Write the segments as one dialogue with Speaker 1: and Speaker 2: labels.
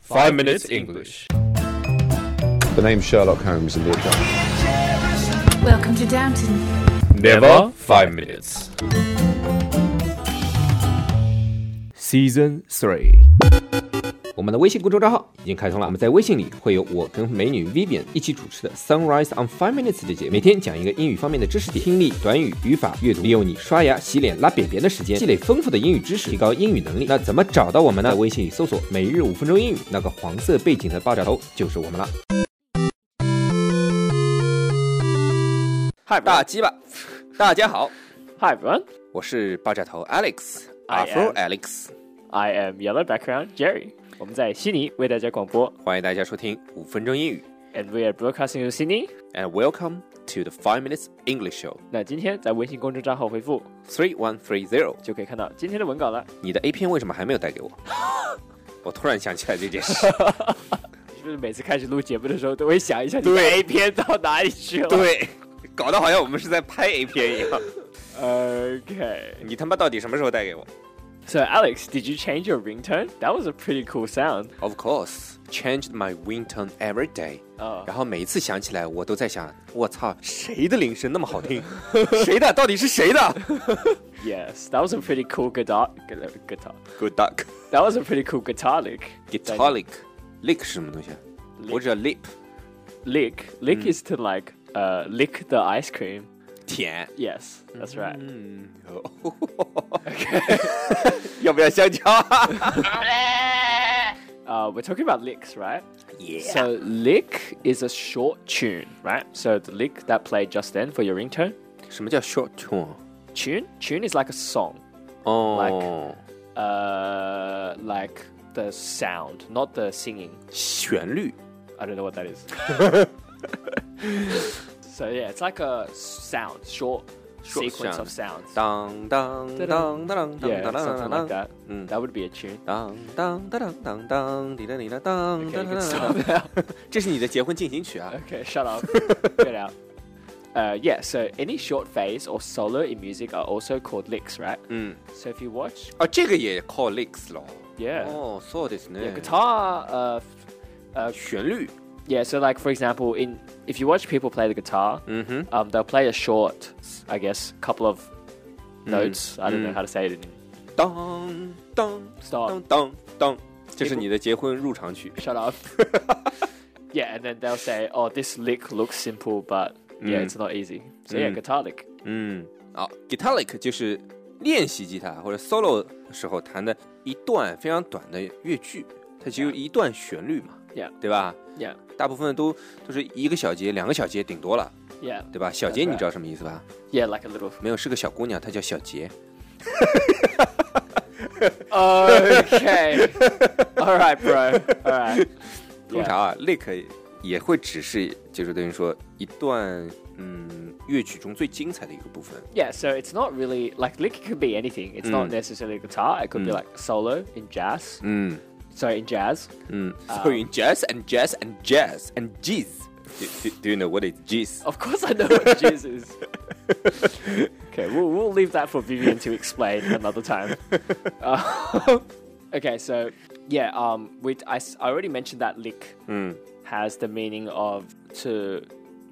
Speaker 1: Five Minutes English.
Speaker 2: The name Sherlock Holmes in the account.
Speaker 3: Welcome to Downton.
Speaker 1: Never five minutes.
Speaker 4: Season Three，
Speaker 5: 我们的微信公众账号已经开通了，我们在微信里会有我跟美女 Vivian 一起主持的 Sunrise on Five Minutes 的节目，每天讲一个英语方面的知识点，听力、短语、语法、阅读，利用你刷牙、洗脸、拉便便的时间，积累丰富的英语知识，提高英语能力。那怎么找到我们呢？在微信里搜索“每日五分钟英语”，那个黄色背景的爆炸头就是我们了。
Speaker 1: Hi
Speaker 5: 大
Speaker 1: everyone.
Speaker 5: 鸡巴，大家好，
Speaker 1: Hi everyone.
Speaker 5: 我是爆炸头 Alex。
Speaker 1: I am
Speaker 5: Afro Alex，
Speaker 1: I am Yellow Background Jerry. 我们在悉尼为大家广播
Speaker 5: 欢迎大家收听五分钟英语
Speaker 1: ，and we are broadcasting in Sydney。
Speaker 5: ，and welcome to the Five Minutes English Show
Speaker 1: 那今天在微信公众账号回复
Speaker 5: three one three zero。
Speaker 1: 就可以看到今天的文稿了。
Speaker 5: 你的 A 片为什么还没有带 给我？我突然想起来这件事。
Speaker 1: 是不是每次开始录节目的时候都会想一下你的 A 片到哪里去了
Speaker 5: 对，搞得好像我们是在拍 A 片一样。
Speaker 1: ？OK.
Speaker 5: 你他妈到底什么时候带给我
Speaker 1: So Alex, did you change your ringtone? That was a pretty cool sound.
Speaker 5: ？Of course, changed my ringtone every day。
Speaker 1: 啊
Speaker 5: 然后每一次想起来，我都在想，我操，谁的铃声那么好听？谁的？到底是谁的
Speaker 1: Yes, that was a pretty cool guitar guitar.
Speaker 5: ？Good duck,
Speaker 1: That was a pretty cool guitar lick.
Speaker 5: guitar lick, lick 是什么东西啊？我只要 lip，
Speaker 1: lick lick
Speaker 5: Mm.
Speaker 1: is to like uh lick the ice cream
Speaker 5: 舔。
Speaker 1: yes that's
Speaker 5: Mm.
Speaker 1: right
Speaker 5: 嗯，要不要香蕉
Speaker 1: uh we're talking about licks right
Speaker 5: ？Yeah。
Speaker 1: so lick is a short tune right so the lick that played just then for your ringtone
Speaker 5: 什么叫 short tune？
Speaker 1: tune tune is like a song
Speaker 5: 哦
Speaker 1: uh like the sound not the singing
Speaker 5: 旋律
Speaker 1: i don't know what that is so yeah it's like a sound short,
Speaker 5: Short
Speaker 1: sequence
Speaker 5: sound.
Speaker 1: of sounds
Speaker 5: 当当当当当
Speaker 1: yeah
Speaker 5: 当
Speaker 1: something
Speaker 5: 当当
Speaker 1: like
Speaker 5: 当，
Speaker 1: that Mm,
Speaker 5: 嗯，
Speaker 1: that would be a tune
Speaker 5: 当当当当当当，滴答滴答当
Speaker 1: okay
Speaker 5: 当
Speaker 1: you
Speaker 5: 当
Speaker 1: can
Speaker 5: 当
Speaker 1: stop
Speaker 5: 当，
Speaker 1: now
Speaker 5: 这是你的结婚进行曲啊！
Speaker 1: Okay, shut up. Get out. Uh, yeah, so any short phase or solo in music are also called licks, right?
Speaker 5: 嗯，
Speaker 1: So if you watch,
Speaker 5: 啊，这个也 call licks 咯。
Speaker 1: yeah,
Speaker 5: 哦，そうです
Speaker 1: yeah
Speaker 5: ね。
Speaker 1: guitar. Uh, f- uh,
Speaker 5: 旋律，
Speaker 1: yeah, so like for example, in if you watch people play the guitar,
Speaker 5: 嗯哼，
Speaker 1: um, they'll play a short, I guess, couple of
Speaker 5: Mm.
Speaker 1: notes. I don't know how to say it. In,
Speaker 5: 当当
Speaker 1: start.
Speaker 5: 当当当，这是你的结婚入场曲。
Speaker 1: Shut up. yeah, and then they'll say, "Oh, this lick looks simple, but yeah,
Speaker 5: Mm.
Speaker 1: it's not easy." So yeah,
Speaker 5: Mm.
Speaker 1: guitar lick.
Speaker 5: 嗯，好，guitar lick 就是练习吉他或者 solo 的时候弹的一段非常短的乐句，它只有
Speaker 1: Yeah.
Speaker 5: 一段旋律嘛
Speaker 1: Yeah.
Speaker 5: 对吧？
Speaker 1: Yeah,
Speaker 5: 大部分都都是一个小节、两个小节顶多了，
Speaker 1: yeah,
Speaker 5: 对吧？小节
Speaker 1: That's right.
Speaker 5: 你知道什么意思吧？
Speaker 1: yeah, like a little.
Speaker 5: 没有，是个小姑娘，她叫小杰。
Speaker 1: Okay. All right, bro. All right.
Speaker 5: 通常啊，lick 也会只是就是等于说一段嗯乐曲中最精彩的一个部分。
Speaker 1: Yeah, so it's not really like lick could be anything. It's not
Speaker 5: Mm.
Speaker 1: necessarily guitar. It could be
Speaker 5: Mm.
Speaker 1: like solo in jazz.
Speaker 5: 嗯
Speaker 1: Sorry, in jazz.
Speaker 5: 嗯，So in jazz and jazz and jazz and jazz, do, do, do you know what is jazz?
Speaker 1: Of course, I know what jazz is. Okay, we'll, we'll leave that for Vivian to explain another time. Uh, okay, so yeah, um, we I, s- I already mentioned that lick
Speaker 5: 嗯
Speaker 1: has the meaning of to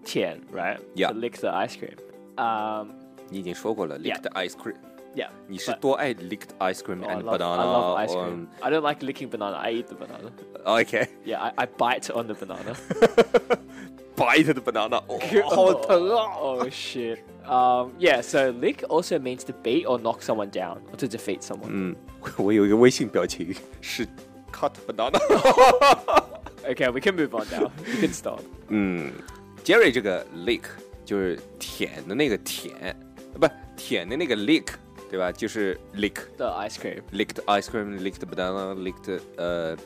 Speaker 1: tian, right?
Speaker 5: Yeah.
Speaker 1: To lick the ice cream. Um,
Speaker 5: 你已经说过了
Speaker 1: Yeah.
Speaker 5: ，licked ice cream。
Speaker 1: yeah.
Speaker 5: 你是
Speaker 1: but-
Speaker 5: 多爱 licked ice cream
Speaker 1: Oh, I
Speaker 5: and
Speaker 1: love, I love ice cream.
Speaker 5: banana?
Speaker 1: I don't like licking banana. I eat the banana.
Speaker 5: o k
Speaker 1: Yeah, I, I bite on the banana.
Speaker 5: bite the banana. 哦好疼
Speaker 1: oh, oh shit. Um, yeah. So lick also means to beat or knock someone down or to defeat someone.
Speaker 5: 嗯，我有一个微信表情是 cut banana。Mm.
Speaker 1: Okay, we can move on now. you can stop.
Speaker 5: 嗯，Jerry 这个 lick 就是舔的那个舔，不舔的那个 lick，对吧？就是 lick
Speaker 1: The ice cream.
Speaker 5: licked ice cream licked banana licked 呃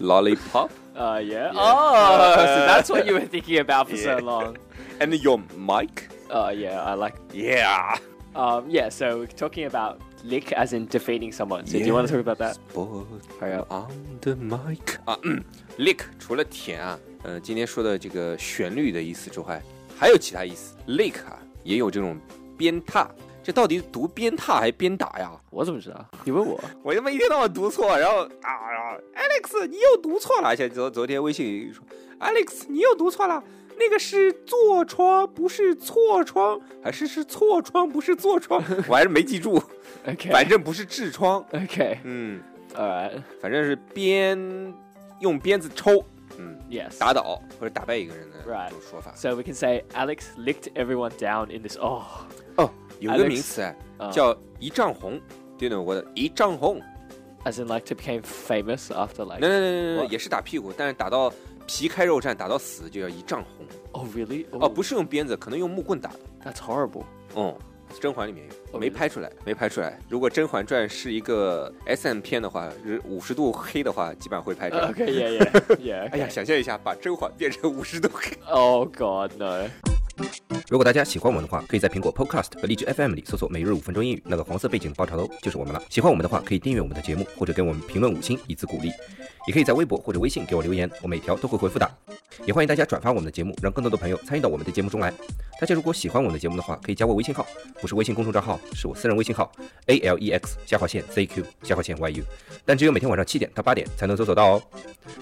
Speaker 5: lollipop
Speaker 1: Uh, yeah. Oh, so that's what you were thinking about for so
Speaker 5: Yeah.
Speaker 1: long.
Speaker 5: and your mic.
Speaker 1: Oh, yeah. I like.
Speaker 5: Yeah.
Speaker 1: Um, yeah. So we're talking about lick as in defeating someone. So do you want to talk about that?
Speaker 5: Sport
Speaker 1: Hurry up.
Speaker 5: on the mic 啊、嗯、，lick 除了舔啊，呃，今天说的这个旋律的意思之外，还有其他意思。lick 啊，也有这种鞭挞，这到底读鞭挞还是鞭打呀？
Speaker 1: 我怎么知道？你问我，
Speaker 5: 我他妈一天到晚读错，然后啊，然后 Alex 你又读错了，而且昨昨天微信说 Alex 你又读错了，那个是坐窗不是错窗，还是是错窗不是坐窗，我还是没记住，
Speaker 1: OK
Speaker 5: 反正不是痔疮，
Speaker 1: okay.
Speaker 5: 嗯，
Speaker 1: All right.
Speaker 5: 反正是鞭用鞭子抽，嗯，
Speaker 1: Yes.
Speaker 5: 打倒或者打败一个人的
Speaker 1: Right
Speaker 5: 这种说法。
Speaker 1: So we can say Alex licked everyone down in this. Oh.
Speaker 5: 哦，有个
Speaker 1: Alex
Speaker 5: 名词哎，
Speaker 1: uh,
Speaker 5: 叫一丈红，对呢，我的一丈红，
Speaker 1: as in like to became famous after like.
Speaker 5: 那那那那
Speaker 1: What？
Speaker 5: 也是打屁股，但是打到皮开肉绽，打到死就叫一丈红。
Speaker 1: Oh really?
Speaker 5: 哦，不是用鞭子，可能用木棍打的。
Speaker 1: That's horrible.
Speaker 5: 哦、甄嬛里面有，
Speaker 1: 哦
Speaker 5: 没拍出来，没拍出来。如果《甄嬛传》是一个 S M 片的话，五十度黑的话，基本上会拍出来。
Speaker 1: okay. Yeah. Yeah. Yeah.
Speaker 5: 哎
Speaker 1: Okay.
Speaker 5: 呀，想象一下，把甄嬛变成五十度黑。
Speaker 1: Oh god. No.
Speaker 6: 如果大家喜欢我们的话，可以在苹果 Podcast 和荔枝 FM 里搜索“每日五分钟英语”，那个黄色背景的爆炒头就是我们了。喜欢我们的话，可以订阅我们的节目，或者给我们评论五星以资鼓励。也可以在微博或者微信给我留言，我每条都会回复的。也欢迎大家转发我们的节目，让更多的朋友参与到我们的节目中来。大家如果喜欢我们的节目的话，可以加我微信号，不是微信公众账号，是我私人微信号 a l e x 下划线 z q 下划线 y u，但只有每天晚上七点到八点才能搜索到哦。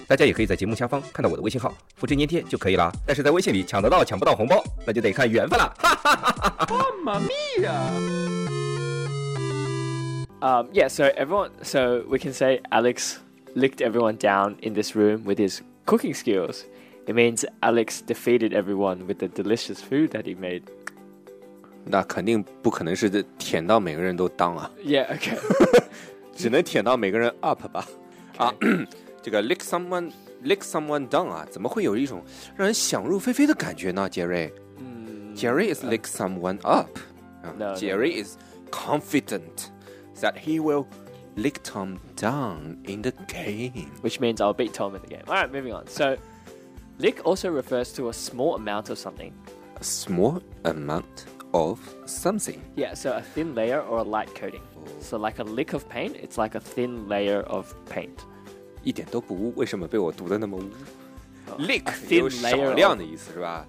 Speaker 6: 大家也可以在节目下方看到我的微信号，复制粘贴就可以啦。但是在微信里抢得到抢不到红包，那就得看缘分啦。
Speaker 1: Um, yeah, so everyone, so we can say Alex licked everyone down in this room with his cooking skills. It means Alex defeated everyone with the delicious food that he made.
Speaker 5: 那肯定不可能是舔到每个人都当啊，
Speaker 1: Yeah, okay.
Speaker 5: 只能舔到每个人 up 吧。啊， 这个 lick someone lick someone down 啊，怎么会有一种让人想入非非的感觉呢？杰瑞、杰瑞 is lick someone up，啊
Speaker 1: No, no, no.
Speaker 5: 杰瑞 is confident that he will lick Tom down in the game。
Speaker 1: Which means I'll beat Tom in the game. All right, moving on. So, lick also refers to a small amount of something.
Speaker 5: A small amount of something。
Speaker 1: Yeah, so a thin layer or a light coating. So, like a lick of paint, it's like a thin layer of paint.
Speaker 5: 一点都不污，为什么被我读的那么污、l i c k 啊
Speaker 1: thin
Speaker 5: 有少
Speaker 1: layer
Speaker 5: 量
Speaker 1: of-
Speaker 5: 的意思是吧？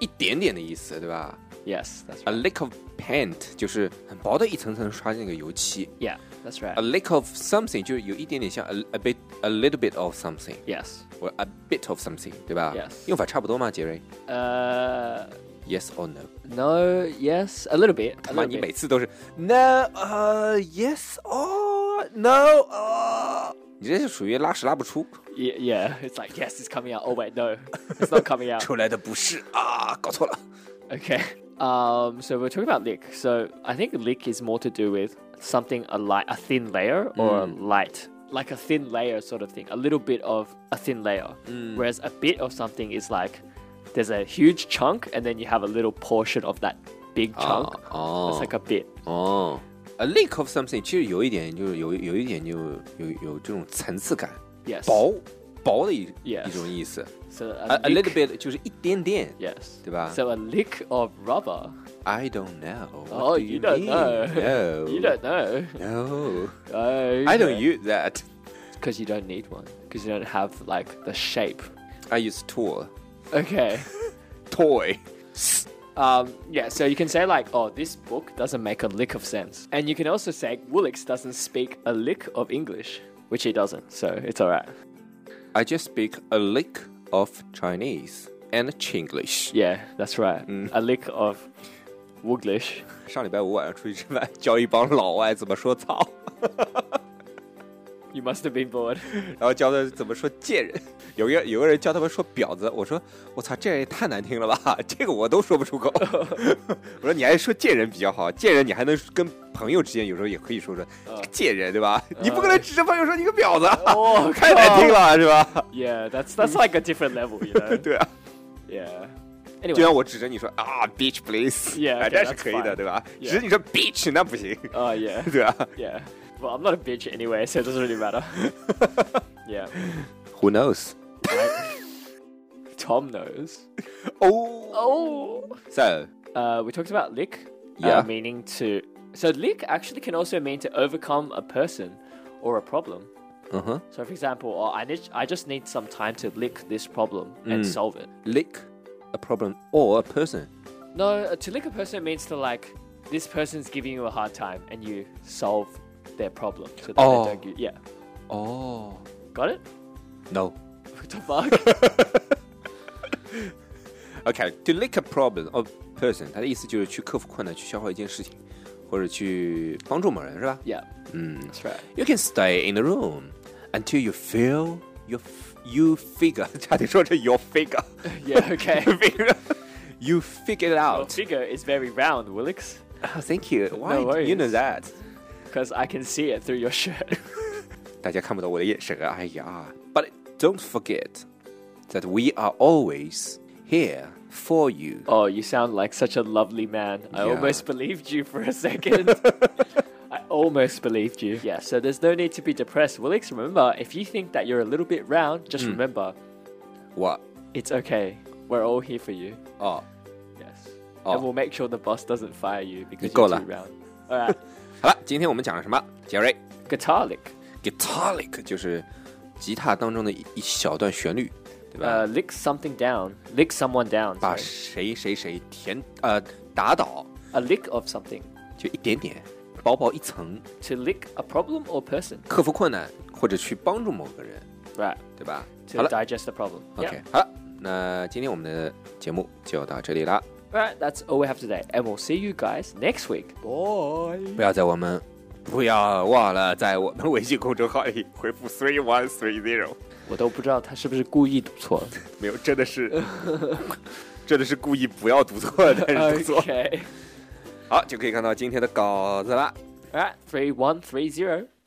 Speaker 5: 一点点的意思对吧
Speaker 1: Yes, that's
Speaker 5: ？A
Speaker 1: right.
Speaker 5: lick of paint 就是很薄的一层层刷那个油漆。
Speaker 1: Yeah, that's right.
Speaker 5: A lick of something 就是有一点点像 a a bit a little bit of something
Speaker 1: yes.
Speaker 5: 或 a bit of something 对吧
Speaker 1: Yes
Speaker 5: 用法差不多吗，杰瑞
Speaker 1: Uh,
Speaker 5: ？Yes or no？
Speaker 1: no, yes, a little bit. A
Speaker 5: 他妈，
Speaker 1: little
Speaker 5: 你
Speaker 1: bit.
Speaker 5: 每次都是 no 呃、yes or no 呃、你这是属于拉屎拉不出，
Speaker 1: Yeah, yeah, it's like yes, it's coming out. Oh wait, no, it's not coming out.
Speaker 5: 出来的不是啊，搞错了。
Speaker 1: Okay. Um, so we're talking about lick. So I think lick is more to do with something a light, a thin layer or
Speaker 5: Mm.
Speaker 1: a light, like a thin layer sort of thing. A little bit of a thin layer,
Speaker 5: Mm.
Speaker 1: whereas a bit of something is like there's a huge chunk and then you have a little portion of that big chunk.
Speaker 5: oh.
Speaker 1: It's like a bit.
Speaker 5: 哦，a leak of something 其实有一点就是有有一点就有有这种层次感，
Speaker 1: Yes.
Speaker 5: 薄薄的一
Speaker 1: Yes
Speaker 5: 一种意思。
Speaker 1: So
Speaker 5: A,
Speaker 1: a,
Speaker 5: a
Speaker 1: lick,
Speaker 5: little bit 就是一点点。
Speaker 1: Yes.
Speaker 5: 对吧？
Speaker 1: So a lick of rubber.
Speaker 5: I don't know. What
Speaker 1: Oh,
Speaker 5: do
Speaker 1: you don't know.
Speaker 5: mean? No.
Speaker 1: You don't know.
Speaker 5: No.
Speaker 1: Oh,
Speaker 5: I don't
Speaker 1: okay.
Speaker 5: use that.
Speaker 1: Because you don't need one. Because you don't have like the shape.
Speaker 5: I use tool.
Speaker 1: Okay.
Speaker 5: Toy.
Speaker 1: Um, yeah. So you can say like, oh, this book doesn't make a lick of sense, and you can also say Woolix doesn't speak a lick of English, which he doesn't. So it's all right.
Speaker 5: I just speak a lick of Chinese and Chinglish.
Speaker 1: Yeah, that's right. A lick of Wooglish.
Speaker 5: 上礼拜五晚上出去吃饭，教一帮老外怎么说操，
Speaker 1: You must have been bored.
Speaker 5: 然后教他怎么说贱人。 有个有个人教他们说婊子，我说我操，这也太难听了吧， 这个我都说不出口。 我说你还是说贱人比较好，贱人你还能跟朋友之间有时候也可以说说
Speaker 1: 嗯
Speaker 5: 这个贱人对吧？你不可能指着朋友说你个婊子，
Speaker 1: Oh,
Speaker 5: 太难听
Speaker 1: God.
Speaker 5: 了是 吧？
Speaker 1: Yeah, that's that's like a different level, you know.
Speaker 5: 对啊，
Speaker 1: yeah.
Speaker 5: 就
Speaker 1: Anyway.
Speaker 5: 像我指着你说啊，bitch please，
Speaker 1: Yeah,
Speaker 5: 哎
Speaker 1: okay,
Speaker 5: 这是
Speaker 1: that's
Speaker 5: 可以的
Speaker 1: fine.
Speaker 5: 对吧？
Speaker 1: Yeah.
Speaker 5: 指着你说 bitch 那不行，
Speaker 1: Oh yeah.
Speaker 5: 对啊。
Speaker 1: Yeah. Well, I'm not a bitch anyway, so it doesn't really matter. yeah.
Speaker 5: Who knows？
Speaker 1: Tom knows.
Speaker 5: 哦、
Speaker 1: Oh.
Speaker 5: so
Speaker 1: Uh, we talked about lick, uh,
Speaker 5: Yeah.
Speaker 1: meaning to. So lick actually can also mean to overcome a person or a problem.
Speaker 5: 嗯哼
Speaker 1: So, for example, oh, I need, I just need some time to lick this problem
Speaker 5: Mm.
Speaker 1: and solve it.
Speaker 5: ，lick a problem or a person。
Speaker 1: No, uh, to lick a person means to like this person's giving you a hard time and you solve their problem so that they
Speaker 5: Oh.
Speaker 1: don't give, yeah
Speaker 5: 哦、
Speaker 1: got it
Speaker 5: n o
Speaker 1: what the fuck
Speaker 5: Okay, to lick a problem of person，它的意思就是去克服困难，去消化一件事情，或者去帮助某人，是吧
Speaker 1: yeah
Speaker 5: 嗯
Speaker 1: that's right
Speaker 5: ，You can stay in the room until you feel your f- you figure，差 点说成 your figure，
Speaker 1: yeah okay
Speaker 5: figure you figure it
Speaker 1: Your
Speaker 5: out.
Speaker 1: figure is very round Willix
Speaker 5: Oh, thank you. Why
Speaker 1: No
Speaker 5: do you know
Speaker 1: worries.
Speaker 5: that？
Speaker 1: because I can see it through your shirt
Speaker 5: 大家看不到我的眼神啊！哎呀，But don't forget that we are always here for you.
Speaker 1: oh you sound like such a lovely man I
Speaker 5: Yeah.
Speaker 1: almost believed you for a second I almost believed you yeah so there's no need to be depressed Willix remember if you think that you're a little bit round just
Speaker 5: Hmm.
Speaker 1: remember
Speaker 5: What?
Speaker 1: it's okay we're all here for you
Speaker 5: 哦，
Speaker 1: Yes.
Speaker 5: Oh.
Speaker 1: And we'll make sure the boss doesn't fire you because you're
Speaker 5: Nicola.
Speaker 1: too round. Alright.
Speaker 5: 好了，今天我们讲了什么？杰瑞。
Speaker 1: Guitar lick.
Speaker 5: guitaric 就是吉他当中的一一小段旋律，对吧
Speaker 1: Uh,？lick something down. Lick someone down.
Speaker 5: 把
Speaker 1: sorry.
Speaker 5: 谁谁谁填呃打倒，
Speaker 1: A lick of something.
Speaker 5: 就一点点，薄薄一层，
Speaker 1: To lick a problem or person.
Speaker 5: 克服困难或者去帮助某个人，
Speaker 1: Right.
Speaker 5: 对吧？好
Speaker 1: To
Speaker 5: 了
Speaker 1: digest the problem.
Speaker 5: ，OK，好了，那今天我们的节目就到这里啦，
Speaker 1: Alright, that's all we have today. And we'll see you guys next week.
Speaker 5: 不要在我们不要忘了在我们微信公众号里回复 three one three zero，
Speaker 1: 我都不知道他是不是故意读错了。
Speaker 5: 没有，真的是真的是故意不要读错的，但是哎读
Speaker 1: 哎
Speaker 5: 错，
Speaker 1: okay.
Speaker 5: 好就可以看到今天的稿子了。
Speaker 1: 哎 Alright, 3130.